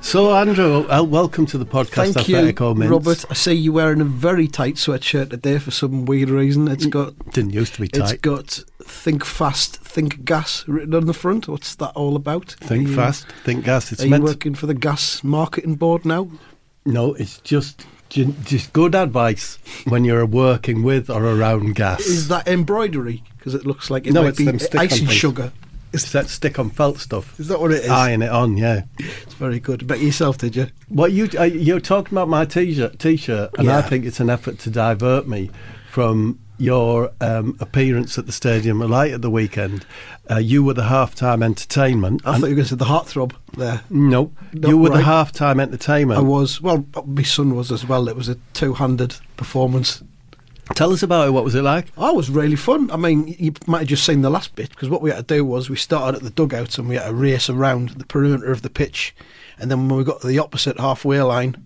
So, Andrew, uh, welcome to the podcast. Thank I've you, better comments. Robert. I see you wearing a very tight sweatshirt today for some weird reason. It's got Didn't used to be it's Mm. tight. got think fast, think gas written on the front. What's that all about? think Are you- fast, think gas. It's Are you meant. working for the gas marketing board now? no, it's just ju- just good advice when you're working with or around gas. Is that embroidery? Because it looks like it No, might it's be them stick-on icing things. sugar. It's that stick on felt stuff? Is that what it is? Eyeing it on, yeah. It's very good. Bet yourself, did you? What you uh, you're talking about my t-shirt, t-shirt, and I Yeah. think it's an effort to divert me from your um, appearance at the stadium late at the weekend. Uh, you were the halftime entertainment. I and- thought you were going to say the heartthrob there. no, No, you were the right. halftime entertainment. I was. Well, my son was as well. It was a two-handed performance. Tell us about it. What was it like? Oh, it was really fun. I mean, you might have just seen the last bit because what we had to do was we started at the dugout and we had to race around the perimeter of the pitch, and then when we got to the opposite halfway line,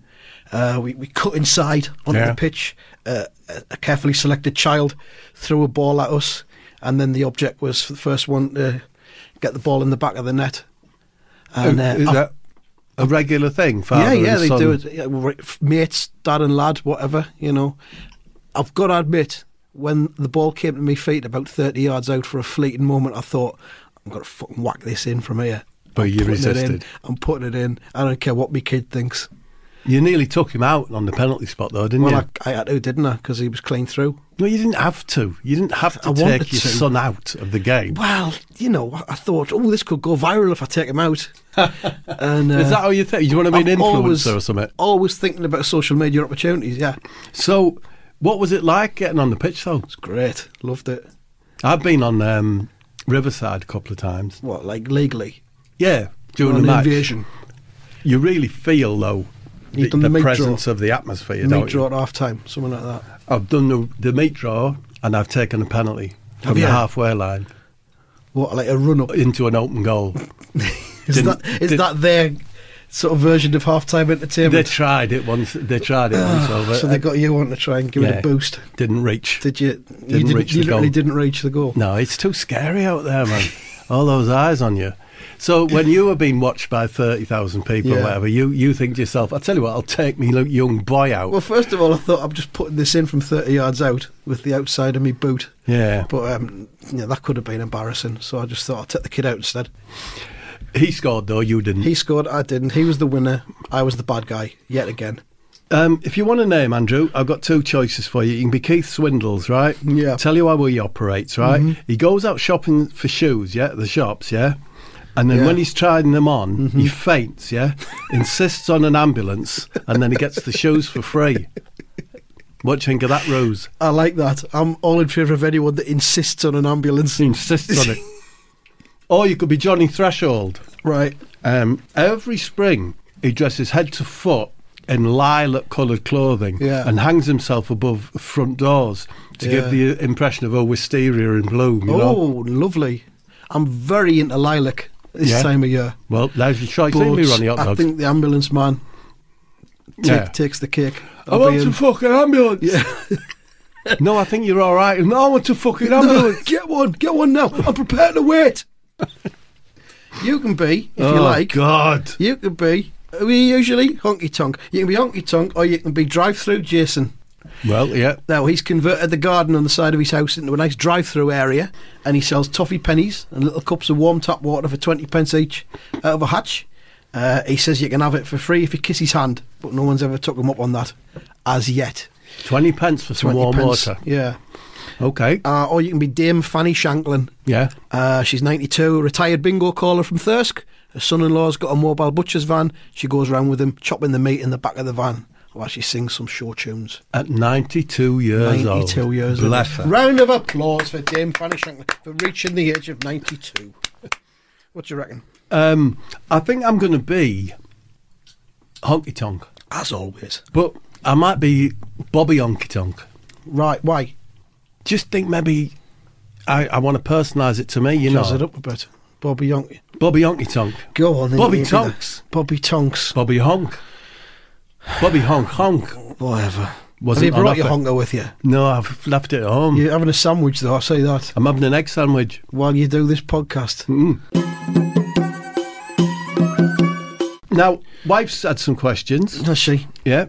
uh, we we cut inside onto Yeah. the pitch. Uh, a- a carefully selected child threw a ball at us, and then the object was for the first one to get the ball in the back of the net. And Uh, uh, Is af- that a regular thing? Father yeah, yeah, and they son? do it. Yeah, right, f- mates, dad and lad, whatever. You know, I've got to admit, when the ball came to my feet about thirty yards out for a fleeting moment, I thought I'm gonna fucking whack this in from here. But I'm you putting it in. resisted. I'm putting it in. I don't care what my kid thinks. You nearly took him out on the penalty spot, though, didn't Well, you? I, I had to, didn't I? Because he was clean through. no, you didn't have to. You didn't have to I wanted take your to. son out of the game. Well, you know, I- I thought, oh, this could go viral if I take him out. and uh, Is that how you think? You want to be an I'm influencer always- or something? Always thinking about social media opportunities. Yeah, So, what was it like getting on the pitch though? it's great. Loved it. I've been on um, Riverside a couple of times. What, like legally? Yeah, during Or the an match, invasion. you really feel though the, You've done the, the meat draw. presence of the atmosphere. Meat Don't draw you? at half time, something like that. I've done the, the meat draw and I've taken a penalty from Have the you? halfway line What, like a run up? into an open goal. Is Didn't- that is did- that their sort of version of half time they entertainment? tried it once. They tried it once over. Ah, Uh, so they got you on to try and give it Yeah. a boost. Didn't reach. Did you? you Didn't didn't, reach you the literally goal. didn't reach the goal. No, it's too scary out there, man. All those eyes on you. So when you were being watched by thirty thousand people, or Yeah. whatever, you you think to yourself, "I tell you what, I'll take me lo- young boy out." Well, first of all, I thought I'm just putting this in from 30 yards out with the outside of me boot. yeah, But um, yeah, that could have been embarrassing. So I just thought I'll take the kid out instead. he scored though. You didn't. He scored, I didn't. He was the winner. I was the bad guy yet again. Um, if you want a name, Andrew, I've got two choices for you. You can be Keith Swindles, right? Yeah. Mm-hmm. Tell you how he operates, right? He goes out shopping for shoes, yeah, at the shops, yeah. And then Yeah. Mm-hmm. when he's trying them on, he faints, yeah. insists on an ambulance, and then he gets the shoes for free. What do you think of that, Rose? I like that. I'm all in favour of anyone that insists on an ambulance. He insists on it. or you could be Johnny Threshold. Right. Um, every spring, he dresses head to foot in lilac coloured clothing Yeah. and hangs himself above front doors to give Yeah. the uh, impression of a wisteria in bloom. You know? Oh, lovely. I'm very into lilac this Yeah. time of year. Well, there's your choice. Ain't we, But Ronnie Hot I Dogs? think the ambulance man take, Yeah. takes the cake. I want I'll to be fuck an ambulance. no, I think you're all right. No, I want to fuck an in- ambulance. get one, get one now. I'm prepared to wait. you can be, if you Oh, like, God. you can be, we usually honky tonk. You can be honky tonk or you can be drive through Jason. Well, yeah. Now, he's converted the garden on the side of his house into a nice drive through area and he sells toffee pennies and little cups of warm tap water for 20 pence each out of a hatch. Uh, he says you can have it for free if you kiss his hand, but no one's ever took him up on that as yet. Twenty pence for some 20 warm pence. water. Yeah. Okay. Uh, or you can be Dame Fanny Shanklin. yeah. Uh, she's 92, retired bingo caller from Thirsk. Her son in law's got a mobile butcher's van. She goes around with him, chopping the meat in the back of the van while she sings some show tunes. At 92 years old. 92 years Bless old. her. Round of applause for Dame Fanny Shanklin for reaching the age of 92. what do you reckon? Um, I think I'm going to be honky tonk, As always. but I might be Bobby honky tonk. Right, why? Just think maybe I, I want to personalise it to me, you Jazz it know. up a bit. Bobby Yonk. Bobby honky tonk. Go on then. Bobby you be the- Tonks. Bobby Tonks. Bobby honk. Bobby honk honk. Whatever. Wasn't Have you brought on your offer. honker with you? No, I've left it at home. You're having a sandwich though, I say that. I'm having an egg sandwich. While you do this podcast. Mm. Now, wife's had some questions. Does she? Yeah.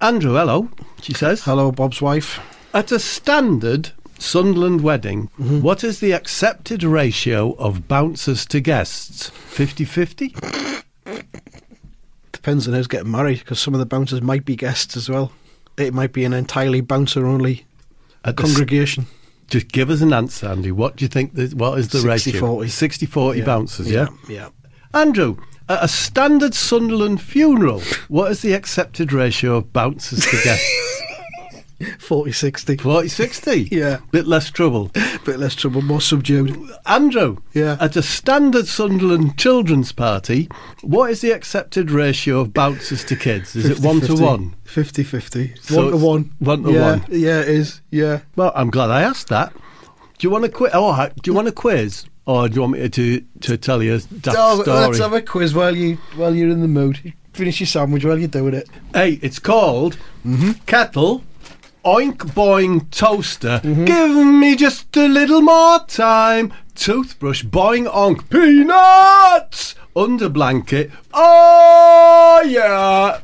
Andrew, hello, she says. Hello, Bob's wife. At a standard Sunderland wedding, what is the accepted ratio of bouncers to guests? 50 50? Depends on who's getting married, because some of the bouncers might be guests as well. It might be an entirely bouncer only congregation. Just give us an answer, Andy. What do you think? The, what is the 60-40. ratio? 60 40 bouncers, yeah. Yeah. Andrew, at a standard Sunderland funeral, what is the accepted ratio of bouncers to guests? 40 60. 40 60? Yeah. Bit less trouble. Bit less trouble, more subdued. Andrew, Yeah. at a standard Sunderland children's party, what is the accepted ratio of bouncers to kids? Is it one to one? 50 50. So one to it's one. one to yeah, one. Yeah, it is. Yeah. Well, I'm glad I asked that. Do you want a quiz? Oh, hi- do you want a quiz, or do you want me to to tell you a daft Oh, story? let's have a quiz while you while you're in the mood. Finish your sandwich while you're doing it. hey, it's called Mm-hmm. kettle. Oink boing toaster, Mm-hmm. give me just a little more time. Toothbrush boing onk, peanuts under blanket. Oh yeah.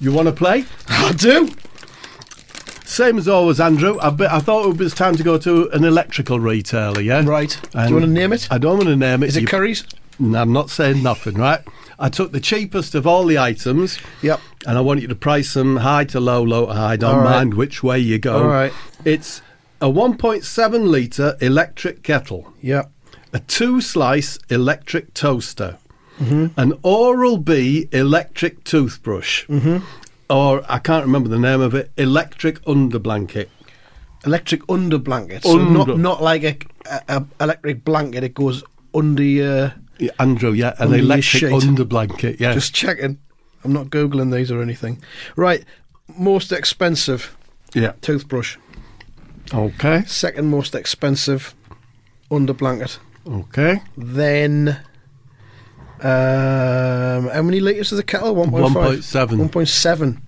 You want to play? I do. Same as always, Andrew. I, bet I thought it was time to go to an electrical retailer. Yeah. Right. do And you want to name it? Is I don't want to name it. it You- curries? No, I'm not saying nothing, right? I took the cheapest of all the items. Yep. And I want you to price them high to low, low to high. I Don't All right. mind which way you go. All right. It's a 1.7 litre electric kettle, Yep. a two slice electric toaster, Mm-hmm. an Oral B electric toothbrush, Mm-hmm. or I can't remember the name of it, electric underblanket. Electric under blanket. So not Under. not like a, a, a electric blanket. It goes under your. Yeah, Andrew, yeah, an Under your electric sheet. underblanket, yeah. Just checking. I'm not googling these or anything. Right. Most expensive yeah. toothbrush. Okay. Second most expensive under blanket. Okay. Then. Um, how many litres is the kettle? 1.5? 1.7. 1.7.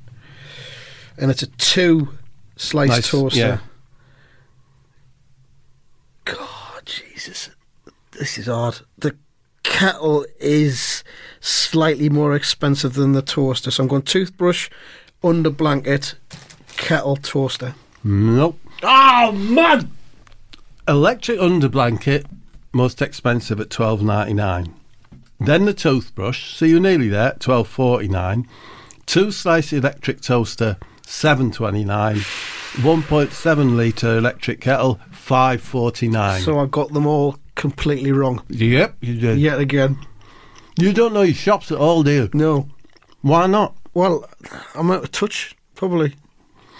And it's a two slice Nice, toaster. yeah. God, Jesus. This is hard. The kettle is slightly more expensive than the toaster. So I'm going toothbrush, under blanket, kettle, toaster. Nope. Oh man! Electric underblanket, most expensive at twelve ninety nine. Then the toothbrush, so you're nearly there, twelve forty nine. Two slice electric toaster, seven twenty nine. One point seven litre electric kettle, five forty nine. So I got them all completely wrong. yep, you did. Yet again. You don't know your shops at all, do you? No. Why not? Well, I'm out of touch, probably.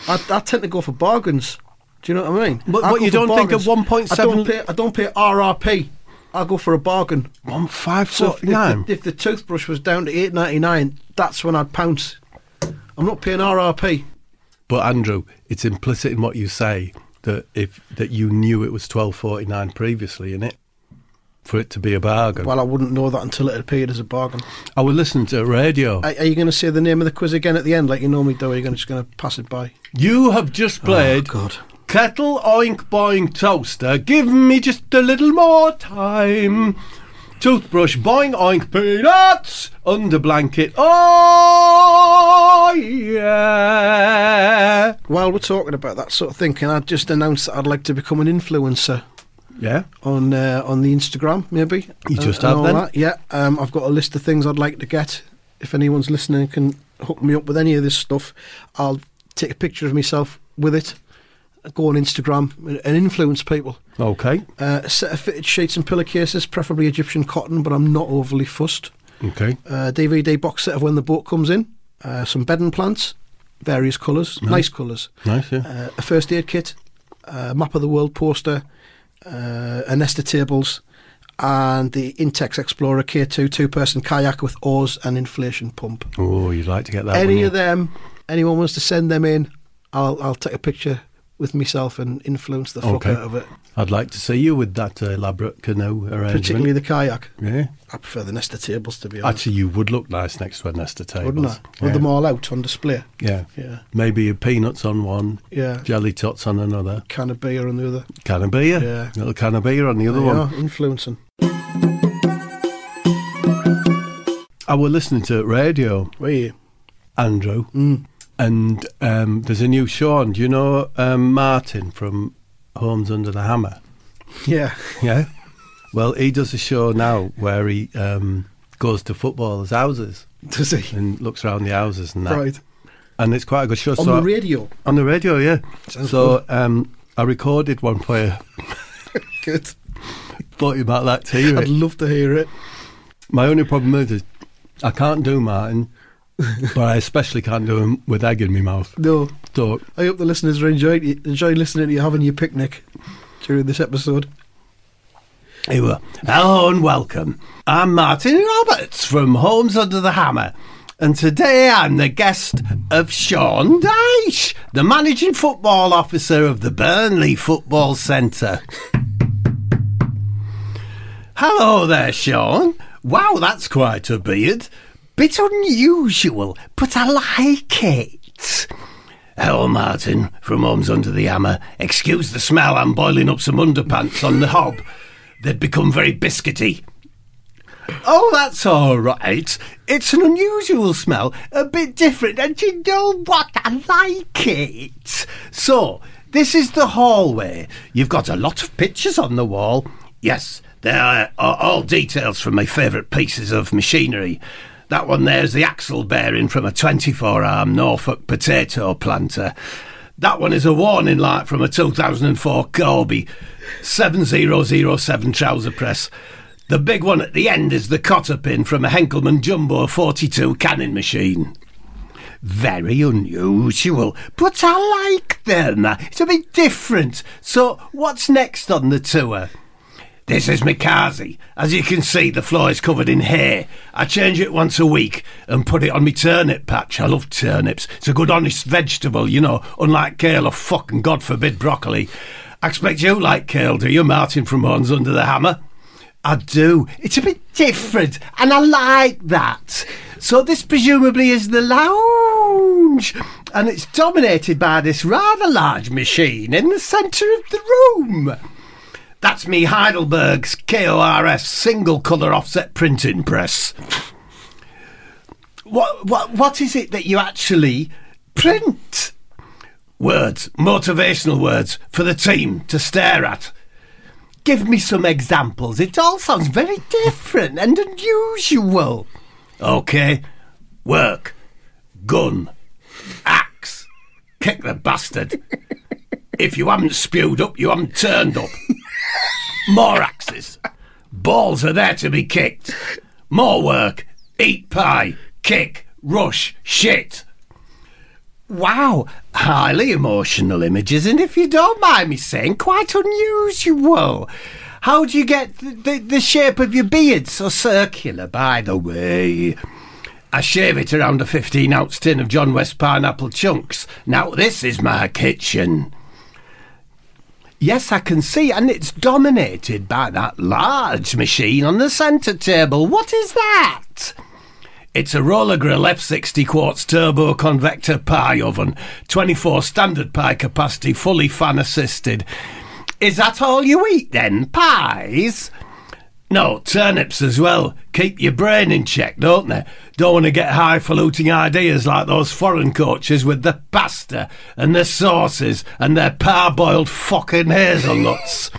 I, I tend to go for bargains. Do you know what I mean? But- I but go you for don't think bargains. at 1.7 I don't pay. I don't pay RRP. I go for a bargain. One five So if forty the, nine. if the toothbrush was down to eight ninety nine, that's when I'd pounce. I'm not paying RRP. But Andrew, it's implicit in what you say that if that you knew it was twelve forty nine previously, in it, for it to be a bargain. Well, I wouldn't know that until it appeared as a bargain. I was listening to radio. Are, are you going to say the name of the quiz again at the end, like you normally do? Or are you gonna, just going to pass it by? you have just played Oh, God. kettle oink boing toaster. Give me just a little more time. Toothbrush boing oink peanuts under blanket. Oh yeah, While we're talking about that sort of thing, can I just announce that I'd like to become an influencer? yeah. on uh, on the Instagram, maybe. You uh, just and have all then? That. Yeah, um, I've got a list of things I'd like to get. If anyone's listening, can hook me up with any of this stuff. I'll take a picture of myself with it, go on Instagram and, and influence people. Okay. Uh, a set of fitted sheets and pillowcases, preferably Egyptian cotton, but I'm not overly fussed. Okay. Uh, DVD box set of when the boat comes in, uh, some bedding plants, various colours, Mm-hmm. nice colours. Nice, yeah. Uh, a first aid kit, a map of the world poster, uh, a nest of tables, and the Intex Explorer K2 two person kayak with oars and inflation pump. Oh, you'd like to get that Any wouldn't of them, anyone wants to send them in, I'll, I'll take a picture with myself and influence the fuck Okay. out of it, you? I'd like to see you with that uh, elaborate canoe arrangement. particularly the kayak. yeah. I prefer the nest of tables, to be honest. Actually, you would look nice next to a nest of tables. wouldn't I? With Yeah. them all out on display. yeah. Yeah. Maybe a peanuts on one, Yeah. jelly tots on another, Can of beer on the other. can of beer, Yeah. little can of beer on the other There you one. are, influencing. I was listening to radio, Were you? Mm. Andrew, and um, there's a new show on. Do you know um, Martin from Homes Under the Hammer? Yeah. Yeah. Well, he does a show now where he um, goes to footballers' houses Does he? and looks around the houses and that. Right. And it's quite a good show. On so the radio. on the radio, yeah. Sounds so um, I recorded one for you. Good. Thought you might like to hear I'd it. love to hear it. My only problem is, is I can't do Martin, but I especially can't do him with egg in my mouth. No. So I hope the listeners are enjoying enjoying listening to you having your picnic during this episode. They were, hello and welcome. I'm Martin Roberts from Homes Under the Hammer, and today I'm the guest of Sean Dyche, the managing football officer of the Burnley Football Centre. Hello there, Sean. Wow, that's quite a beard. Bit unusual, but I like it. Hello, Martin, from Homes Under the Hammer. Excuse the smell, I'm boiling up some underpants on the hob. They'd become very biscuity. Oh, that's all right. It's an unusual smell, a bit different, and you know what? I like it. So, this is the hallway. You've got a lot of pictures on the wall. Yes, they are all details from my favourite pieces of machinery. That one there's the axle bearing from a 24 arm Norfolk potato planter. That one is a warning light from a 2004 Corby 7007 trouser press. The big one at the end is the cotter pin from a Henkelman Jumbo 42 canning machine. Very unusual, but I like them. It's a bit different. So, what's next on the tour? This is Mikazi. As you can see, the floor is covered in hair. I change it once a week and put it on my turnip patch. I love turnips. It's a good, honest vegetable, you know, unlike kale or fucking, God forbid, broccoli. I expect you like kale, do you, Martin from Horns Under the Hammer? I do. It's a bit different, and I like that. So this presumably is the lounge, and it's dominated by this rather large machine in the centre of the room. That's me Heidelberg's KORS single colour offset printing press. What, what, what is it that you actually print? Words, motivational words for the team to stare at. Give me some examples. It all sounds very different and unusual. Okay. Work. Gun. Axe. Kick the bastard. if you haven't spewed up, you haven't turned up. More axes. Balls are there to be kicked. More work. Eat pie. Kick. Rush. Shit. Wow, highly emotional images, and if you don't mind me saying, quite unusual. How do you get the, the, the shape of your beard so circular, by the way? I shave it around a 15 ounce tin of John West pineapple chunks. Now, this is my kitchen. Yes, I can see, and it's dominated by that large machine on the centre table. What is that? It's a roller grill F60 quartz turbo convector pie oven, 24 standard pie capacity, fully fan assisted. Is that all you eat then? Pies? No, turnips as well. Keep your brain in check, don't they? Don't want to get highfalutin ideas like those foreign coaches with the pasta and the sauces and their parboiled fucking hazelnuts.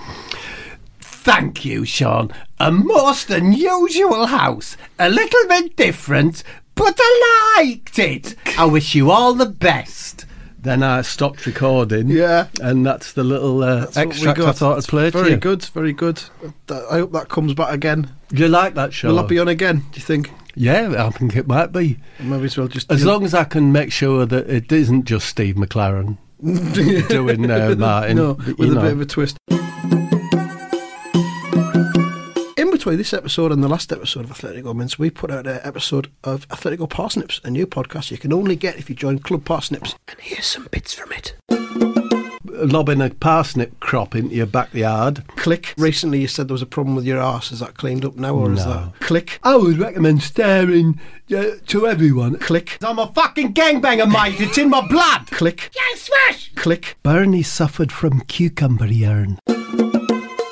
Thank you, Sean. A most unusual house. A little bit different, but I liked it. I wish you all the best. Then I stopped recording. Yeah. And that's the little uh, That's what we extract I got. thought I'd play to Very you. good, very good. That- I hope that comes back again. You like that show? Will that be on again? Do you think? Yeah, I think it might be. Maybe as well just As long as I can make sure that it isn't just Steve McLaren doing uh, Martin. no, but, you with a know. bit of a twist. In between this episode and the last episode of Athletico Mints, we put out an episode of Athletico Parsnips, a new podcast you can only get if you join Club Parsnips. And here's some bits from it. lobbing a parsnip crop into your backyard. Click. Recently, you said there was a problem with your arse. Is that cleaned up now, or is No. that click? I would recommend staring uh, to everyone. Click. I'm a fucking gangbanger, mate. It's in my blood. Click. Yeah, smash. Click. Bernie suffered from cucumber urine.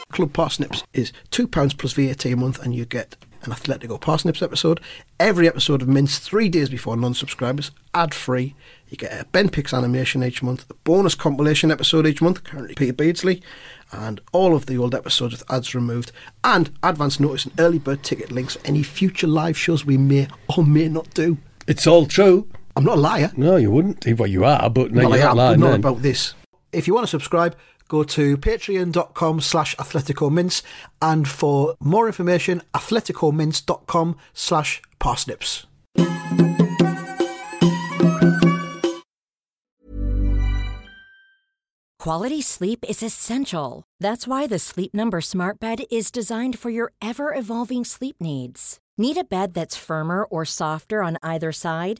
Club Parsnips is two pounds plus VAT a month, and you get an Athletico Parsnips episode, every episode of Mince three days before non-subscribers, ad-free. You get a Ben Picks animation each month, a bonus compilation episode each month, currently Peter Beardsley, and all of the old episodes with ads removed, and advance notice and early bird ticket links for any future live shows we may or may not do. It's all true. I'm not a liar. No, you wouldn't. Well, you are, but no, Not you're like not that, but lying not then. about this. If you want to subscribe, go to patreon.com slash Athletico Mints and for more information, athleticomints.com slash parsnips. Quality sleep is essential. That's why the Sleep Number Smart Bed is designed for your ever evolving sleep needs. Need a bed that's firmer or softer on either side?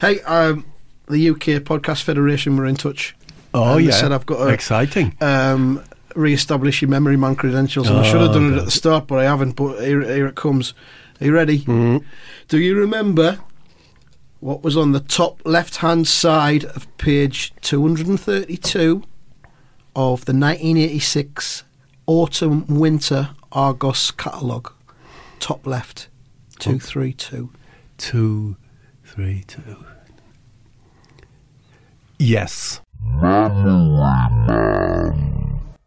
Hey, um, the UK Podcast Federation were in touch. Oh, And they yeah. said I've got a- Exciting. Um, Re-establish your memory man credentials, and I should have done it at the start, but I haven't. But here, here it comes. Are you ready? Do you remember what was on the top left-hand side of page 232 of the 1986 autumn-winter Argos catalogue? Top left, 232. Two, three, two. Yes.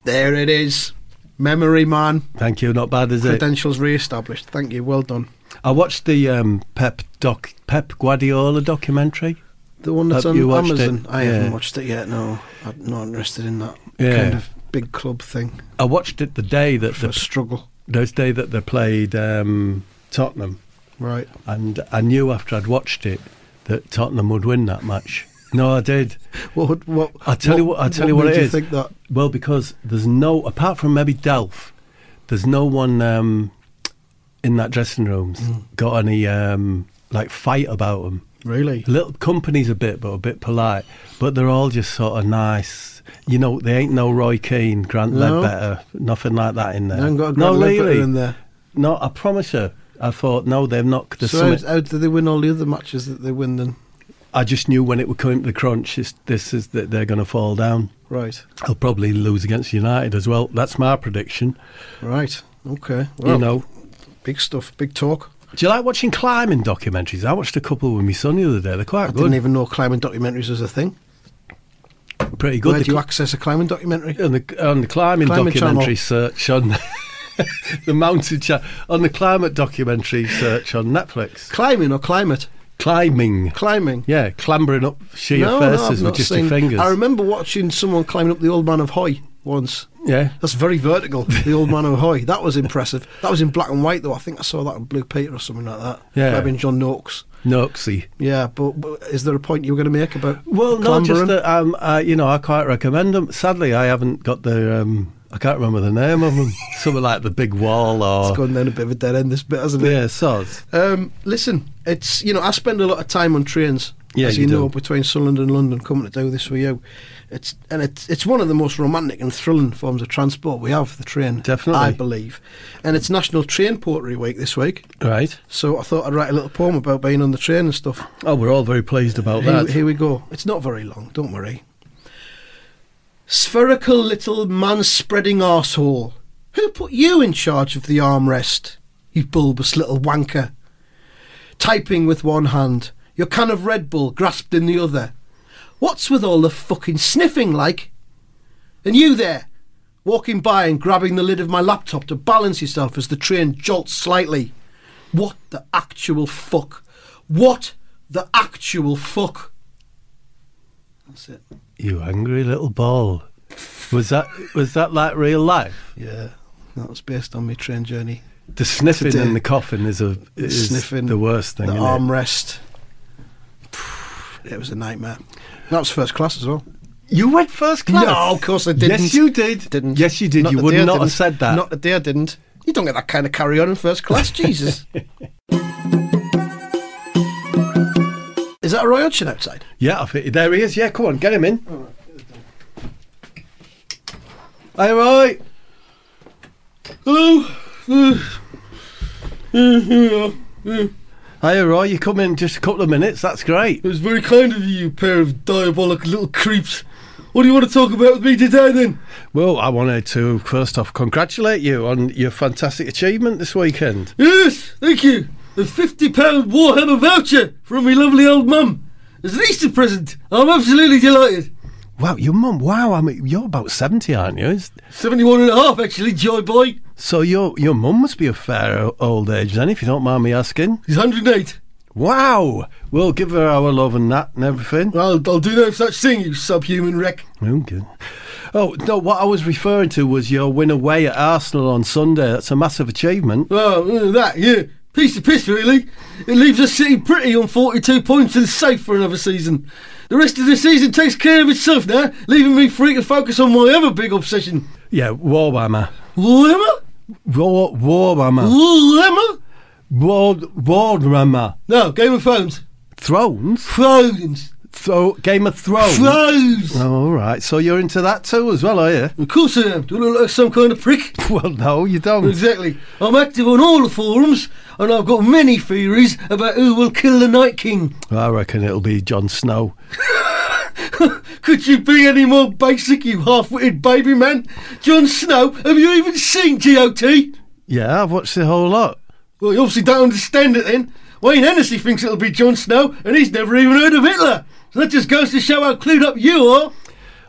There it is. Memory man Thank you. Not bad, is it? credentials re-established. Thank you. Well done. I watched the um, Pep doc, Pep Guardiola documentary. The one that's Have on you watched Amazon. it? I Yeah. haven't watched it yet. No, I'm not interested in that Yeah. kind of big club thing. I watched it the day that For the struggle, those day that they played um, Tottenham, right? and I knew after I'd watched it that Tottenham would win that match. No, I did. What? would- What? I tell you what. I tell you what made it you is. Think that Well, because there's no apart from maybe Delph, there's no one um, in that dressing room's got any um, like fight about them. really? Little companies a bit, but a bit polite. But they're all just sort of nice. You know, they ain't no Roy Keane, Grant No. Ledbetter, nothing like that in there. They haven't got a no, Grant Ledbetter really. in there. No, I promise you. I thought no, they've not. there's So something- how, how do they win all the other matches that they win then? I just knew when it would come to the crunch. It's, this is that they're going to fall down. Right, They'll probably lose against United as well. That's my prediction. right, okay. Well, you know, big stuff, big talk. Do you like watching climbing documentaries? I watched a couple with my son the other day. They're quite I good. didn't even know climbing documentaries was a thing. Pretty good. Where The do you cl- access a climbing documentary? on the on the climbing, Climbing documentary channel. search on the mountain cha- on the climate documentary search on Netflix. Climbing or climate? Climbing. Climbing. Yeah, clambering up sheer no, no, I've faces not with just seen- your fingers. I remember watching someone climbing up the old man of Hoy. once. Yeah. That's very vertical. The old man O'Hoy. That was impressive. That was in black and white though. I think I saw that on Blue Peter or something like that. Yeah. Maybe in John Noakes. Noxy. Yeah, but, but is there a point you were going to make about? Well, no, clambering? just that um, I, you know, I quite recommend them. Sadly, I haven't got the. Um, I can't remember the name of them. Something like the Big Wall It's or gone down a bit of a dead end. This bit, hasn't it? yeah, sods. Um, listen, it's you know I spend a lot of time on trains, Yeah, as you you, know, do. between Sunderland and London. Coming to do this for you, it's and it's it's one of the most romantic and thrilling forms of transport we have. The train, Definitely. I believe, and it's National Train Poetry Week this week. Right. So I thought I'd write a little poem about being on the train and stuff. Oh, we're all very pleased about Here- that. Here, we go. It's not very long, don't worry. Spherical little man spreading arsehole. Who put you in charge of the armrest? You bulbous little wanker. Typing with one hand, your can of Red Bull grasped in the other. What's with all the fucking sniffing like? And you there, walking by and grabbing the lid of my laptop to balance yourself as the train jolts slightly. What the actual fuck? What the actual fuck? That's it. You angry little ball. Was that was that like real life? Yeah, that was based on my train journey. The sniffing Today. and the coughing is a is Sniffing the worst thing. The isn't it? armrest. It was a nightmare. That was first class as well. You went first class. No, of course I didn't. Yes, you did. Didn't. Yes, you did. you the would day I not have didn't. said that. Not the day I didn't. You don't get that kind of carry on in first class, Jesus. Is that a Roy Hodgson outside? yeah, I think, there he is. Yeah, come on, get him in. All right. Hello. Hi, Roy. You come in just a couple of minutes. That's great. It was very kind of you, you pair of diabolic little creeps. What do you want to talk about with me today, then? Well, I wanted to first off congratulate you on your fantastic achievement this weekend. Yes, thank you. A £50 Warhammer voucher from my lovely old mum. It's an Easter present. I'm absolutely delighted. Wow, your mum. Wow, I mean, you're about seventy, aren't you? Is- 71 and a half, actually, Joy Boy. So your your mum must be a fair o- old age then, if you don't mind me asking. He's 108. Wow. We'll give her our love and that and everything. I'll, I'll do no such thing, you subhuman wreck. Okay. Oh no, what I was referring to was your win away at Arsenal on Sunday. That's a massive achievement. Oh, uh, that, yeah. Piece of piss, really. It leaves us sitting pretty on 42 points and safe for another season. The rest of the season takes care of itself now, leaving me free to focus on my other big obsession. Yeah, Warhammer. Warhammer? War Warhammer. Warhammer? War Warhammer. No, Game of Thrones. Thrones. Thrones. Thro- Game of Thrones. Thrones. Oh, all right. So you're into that too, as well, are you? Of course I am. Do I look like some kind of prick? Well, no, you don't. Exactly. I'm active on all the forums, and I've got many theories about who will kill the Night King. I reckon it'll be Jon Snow. Could you be any more basic, you half-witted baby man? Jon Snow, have you even seen GOT? Yeah, I've watched the whole lot. Well, you obviously don't understand it then. Wayne Hennessy thinks it'll be Jon Snow, and he's never even heard of Hitler. So that just goes to show how clued up you are.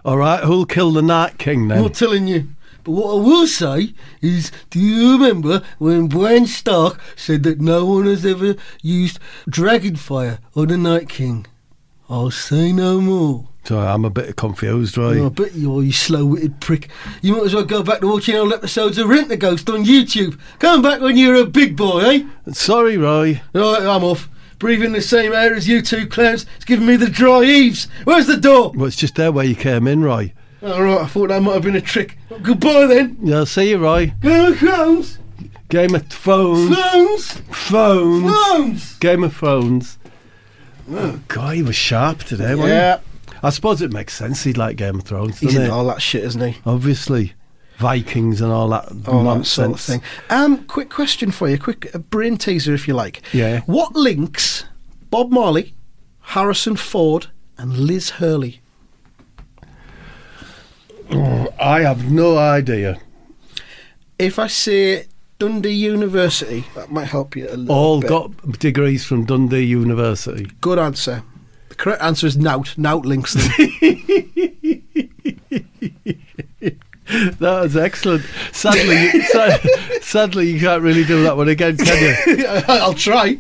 All right, who'll kill the Night King then? I'm not telling you. But what I will say is, do you remember when Bran Stark said that no one has ever used dragon fire on the Night King? I'll say no more. Sorry, I'm a bit confused, right? Oh, I bet you are, you slow-witted prick. You might as well go back to watching old episodes of Rent the Ghost on YouTube. Come back when you're a big boy, eh? Sorry, Roy. Right, I'm off. Breathing the same air as you two clowns. It's giving me the dry eaves. Where's the door? Well, it's just there where you came in, Roy. All right, I thought that might have been a trick. Goodbye then. Yeah, I'll see you, Roy. Go clowns, Game of Thrones. clowns, Phones. clowns. Game of Thrones. Oh, God, he was sharp today, wasn't Yeah. he? I suppose it makes sense he'd like Game of Thrones, He's doesn't in he? all that shit, isn't he? Obviously. Vikings and all that all that nonsense. sort of thing. Um, quick question for you, quick uh, brain teaser, if you like. Yeah. What links Bob Marley, Harrison Ford, and Liz Hurley? I have no idea. If I say Dundee University, that might help you a little All bit. got degrees from Dundee University. Good answer. The correct answer is Nout. Nout links them. That was excellent. Sadly, you- sad, sadly, you can't really do that one again, can you? I'll try.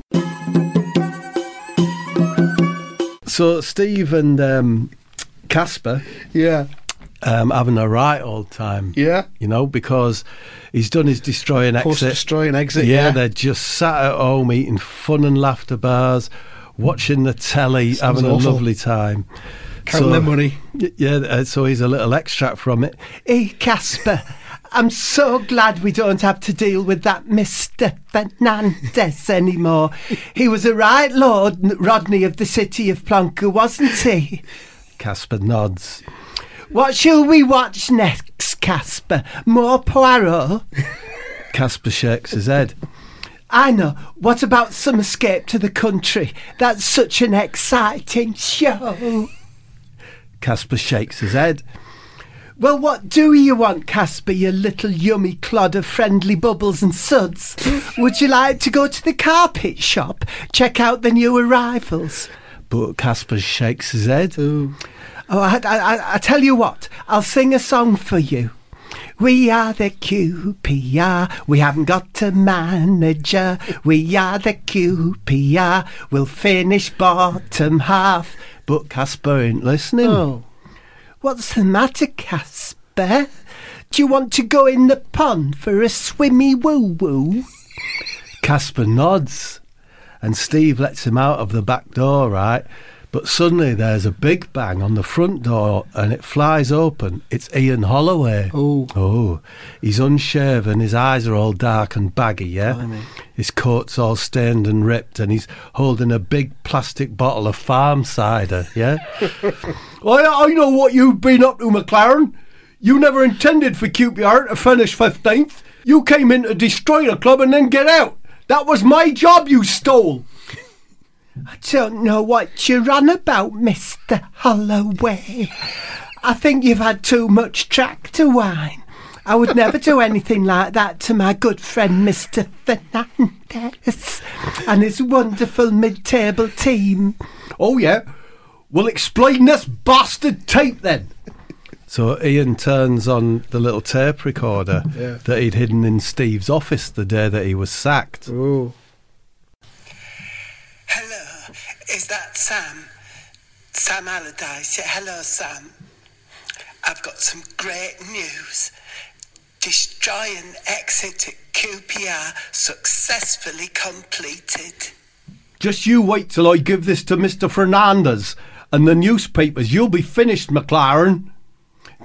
So Steve and um, Casper Yeah. um, having a right all the time. Yeah. You know, because he's done his destroy and Post exit. destroy and exit. yeah, Yeah, they're just sat at home eating fun and laughter bars, watching the telly, Sounds having a awful. lovely time. counting their money. Y- Yeah, uh, so here's a little extract from it. Hey, Casper, I'm so glad we don't have to deal with that Mr. Fernandez anymore. He was a right Lord N- Rodney of the city of Plonker, wasn't he? Casper nods. What shall we watch next, Casper? More Poirot? Casper shakes his head. I know. What about some escape to the country? That's such an exciting show. Casper shakes his head. Well, what do you want, Casper, you little yummy clod of friendly bubbles and suds? Would you like to go to the carpet shop, check out the new arrivals? But Casper shakes his head. Oh, I, I, I- I tell you what, I'll sing a song for you. We are the QPR. We haven't got a manager. We are the QPR. We'll finish bottom half. But Casper ain't listening. Oh, What's the matter, Casper? Do you want to go in the pond for a swimmy woo woo? Casper nods, and Steve lets him out of the back door, right? But suddenly there's a big bang on the front door and it flies open. It's Ian Holloway. Oh. Oh. He's unshaven, his eyes are all dark and baggy, yeah? His coat's all stained and ripped, and he's holding a big plastic bottle of farm cider, yeah? I, I know what you've been up to, McLaren. You never intended for QPR to finish 15th. You came in to destroy the club and then get out. That was my job you stole. I don't know what you're on about, Mr. Holloway. I think you've had too much tractor wine. I would never do anything like that to my good friend Mr. Fernandez and his wonderful mid table team. Oh, yeah. We'll explain this bastard tape then. So Ian turns on the little tape recorder that he'd hidden in Steve's office the day that he was sacked. Oh, Hello, is that Sam? Sam Allardyce. Yeah, hello, Sam. I've got some great news. Destroy and exit at QPR successfully completed. Just you wait till I give this to Mr. Fernandez and the newspapers. You'll be finished, McLaren.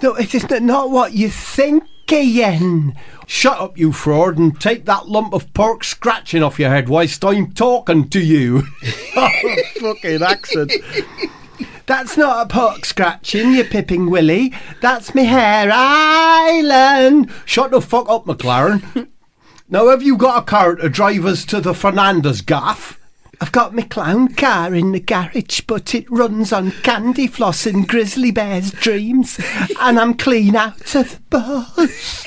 No, it is not- not what you think, Ian. Shut up, you fraud, and take that lump of pork scratching off your head whilst I'm talking to you. Oh, Fucking accent. That's not a pork scratching, you pipping Willie. That's me hair island. Shut the fuck up, McLaren. Now, have you got a car to drive us to the Fernandez gaff? I've got my clown car in the garage, but it runs on candy floss and grizzly bear's dreams, and I'm clean out of buzz.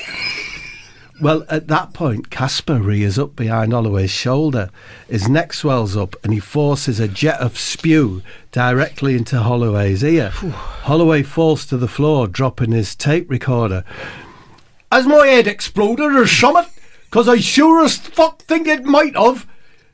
Well, at that point, Casper rears up behind Holloway's shoulder. His neck swells up and he forces a jet of spew directly into Holloway's ear. Holloway falls to the floor, dropping his tape recorder. Has my head exploded or something? Because I sure as fuck think it might have.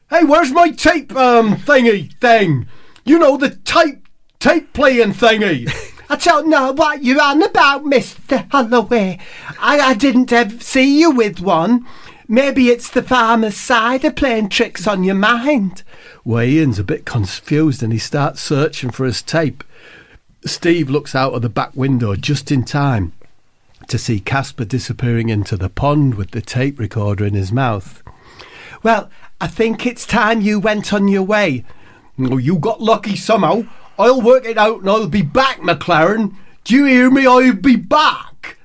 Hey, where's my tape um thingy thing? You know the tape tape playing thingy. I don't know what you're on about, Mr. Holloway. I, I didn't ever see you with one. Maybe it's the farmer's cider playing tricks on your mind. Well, Ian's a bit confused and he starts searching for his tape. Steve looks out of the back window just in time to see Casper disappearing into the pond with the tape recorder in his mouth. Well, I think it's time you went on your way. No, you got lucky somehow. I'll work it out and I'll be back, McLaren. Do you hear me? I'll be back.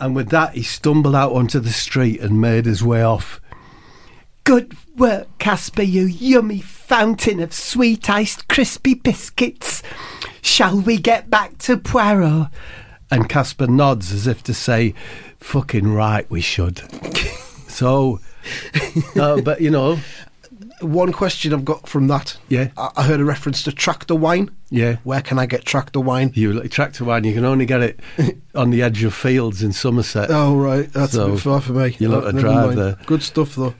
And with that, he stumbled out onto the street and made his way off. Good work, Casper, you yummy fountain of sweet iced crispy biscuits. Shall we get back to Poirot? And Casper nods as if to say, fucking right, we should. so, uh, but you know, one question I've got from that. Yeah. I, I heard a reference to tractor wine. yeah. Where can I get tractor wine? You like tractor wine, you can only get it on the edge of fields in Somerset. Oh right, that's So, a bit far for me. you'll have to Oh, never drive mind. there. Good stuff though.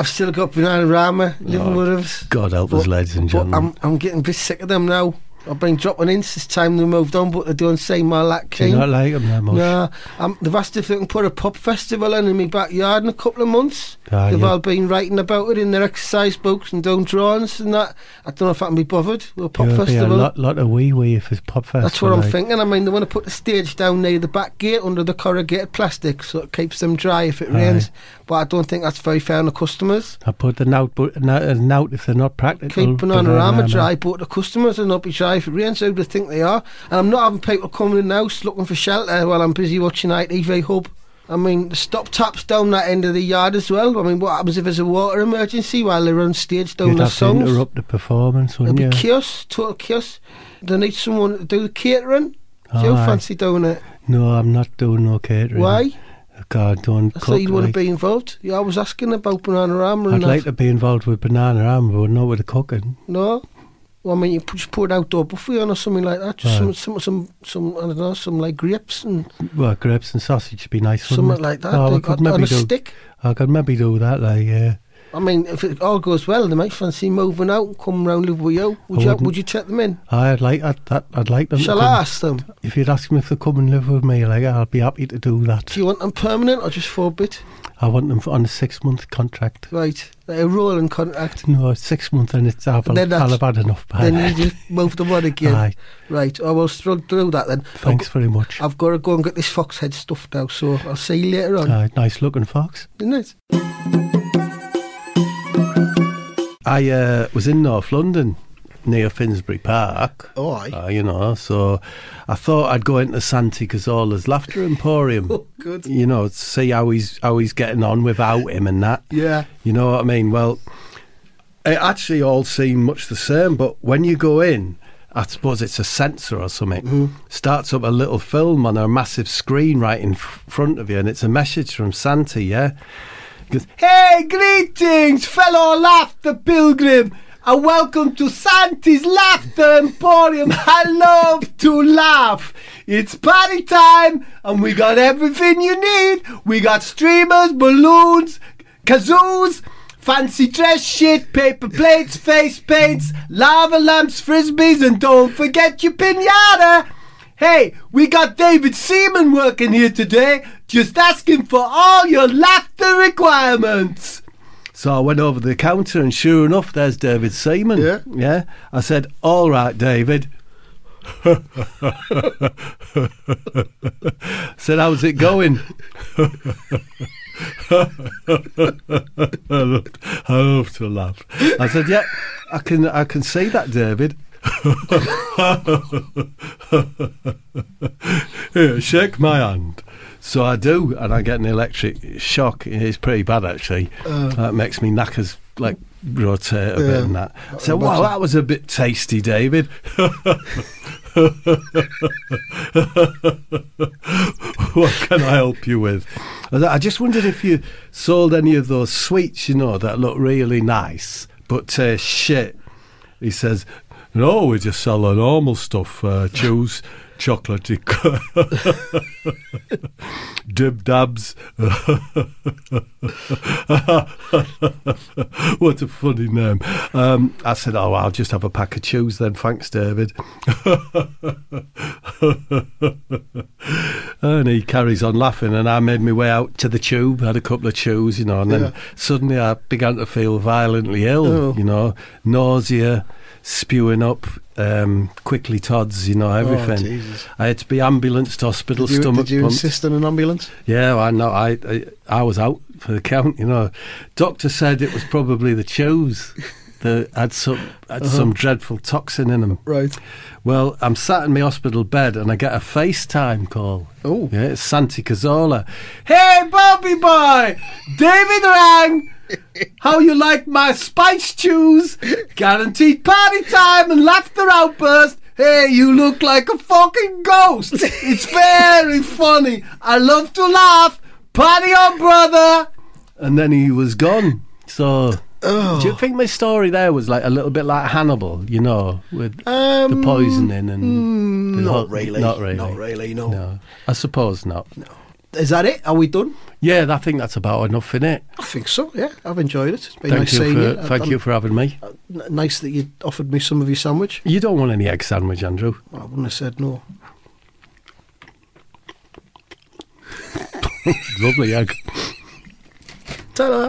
I've still got banana rama living with us. God help us, ladies and But gentlemen. I'm, I'm getting a bit sick of them now. I've been dropping in since time they moved on, but they're doing Say My Lack Do King. you not like them that much? Nah, um, they've asked if they can put a pop festival in in my backyard in a couple of months. Ah, they've yeah. all been writing about it in their exercise books and doing drawings and that. I don't know if I can be bothered with a pop You'll be a festival. lot, lot of wee wee if it's pop festival. That's what I'm like. thinking. I mean, they want to put the stage down near the back gate under the corrugated plastic so it keeps them dry if it Aye. rains. But I don't think that's very fair on the customers. I put the note, but nout, uh, nout if they're not practical. uh, Keep banana banana armour man. dry, but the customers will not be dry if it rains. How do they think they are? And I'm not having people coming in the house looking for shelter while I'm busy watching ITV Hub. I mean, the stop taps down that end of the yard as well. I mean, what happens if there's a water emergency while they're on stage doing You'd their have to songs? interrupt the performance, It'll wouldn't be you? chaos, total chaos. They need someone to do the catering. Do you Aye. fancy doing it? No, I'm not doing no catering. Why? God, don't I cook. thought you'd want like- to be involved. Yeah, I was asking about Banana Armour I'd and like that. to be involved with banana armour, but not with the cooking. No? Well, I mean, you put, just put an outdoor buffet on or something like that. Just Right. some, some, some, some, I don't know, some like grapes and Well, grapes and sausage would be nice, wouldn't something it? like that. Oh, I like, could on, on maybe a do. stick. I could maybe do that, like yeah. I mean, if it all goes well, they might fancy moving out and come round live with you. Would I you, wouldn't. would you take them in? I'd like I'd, that. I'd like them. to Shall come. I ask them? If you'd ask them if they come and live with me, like I'd be happy to do that. Do you want them permanent or just for a bit? I want them on a six-month contract. Right, like a rolling contract. No, six months, and it's I've, Then that's- I'll have had enough. by Then you just move them on again. Aye. Right, I will struggle through that then. I've Thanks go- very much. I've got to go and get this fox head stuff now, so I'll see you later on. Uh, nice looking fox. isn't it? I uh, was in North London near Finsbury Park. Oh, aye. Uh, you know, so I thought I'd go into Santi Cazorla's Laughter Emporium. Oh, good. You know, to see how he's how he's getting on without him and that. Yeah. You know what I mean? Well, it actually all seemed much the same, but when you go in, I suppose it's a sensor or something, Mm-hmm. starts up a little film on a massive screen right in f- front of you, and it's a message from Santa, yeah? He goes, Hey, greetings, fellow laughter pilgrim, and welcome to Santi's Laughter Emporium. I love to laugh. It's party time, and we got everything you need. We got streamers, balloons, kazoos, fancy dress shit, paper plates, face paints, lava lamps, frisbees, and don't forget your pinata. Hey, we got David Seaman working here today, just asking for all your laughter requirements. So I went over the counter, and sure enough, there's David Seaman. Yeah. Yeah. I said, All right, David. said, How's it going? I love, I love to laugh. I said, "Yeah, I can, I can see that, David." Here, shake my hand. So I do, and I get an electric shock. It's pretty bad, actually. that makes me knackers like rotate a bit and that. So wow, that was a bit tasty, David. what can I help you with? I I just wondered if you sold any of those sweets, you know, that look really nice but taste shit. He says, "No, we just sell the normal stuff: uh, chews, chocolatey, dib dabs." what a funny name! Um, I said, "Oh, I'll just have a pack of chews then, thanks, David." and he carries on laughing, and I made my way out to the tube, had a couple of chews, you know, and then suddenly I began to feel violently ill, Oh. you know, nausea, spewing up, um, quickly tods, you know, everything. Oh, Jesus. I had to be ambulanced to hospital, Did you, stomach did you pumped. insist on an ambulance? Yeah, I know. I, I I was out for the count. You know, doctor said it was probably the chews that had some had some dreadful toxin in them. Right. Well, I'm sat in my hospital bed and I get a FaceTime call. Oh. yeah, it's Santi Cazorla. Hey, Bobby boy, David rang. How you like my spice chews? Guaranteed party time and laughter outburst. Hey, you look like a fucking ghost. It's very funny. I love to laugh. Party on, brother. And then he was gone. So, Oh, do you think my story there was like a little bit like Hannibal? You know, with the poisoning and the um, mm, not whole- really, not really, not really, no. I suppose not. Is that it? Are we done? Yeah, I think that's about enough in it. I think so, yeah. I've enjoyed it. It's been Thank nice you seeing for you. thank you for having me. n- nice that you offered me some of your sandwich. You don't want any egg sandwich, Andrew. I wouldn't have said no. Lovely egg. Ta-da!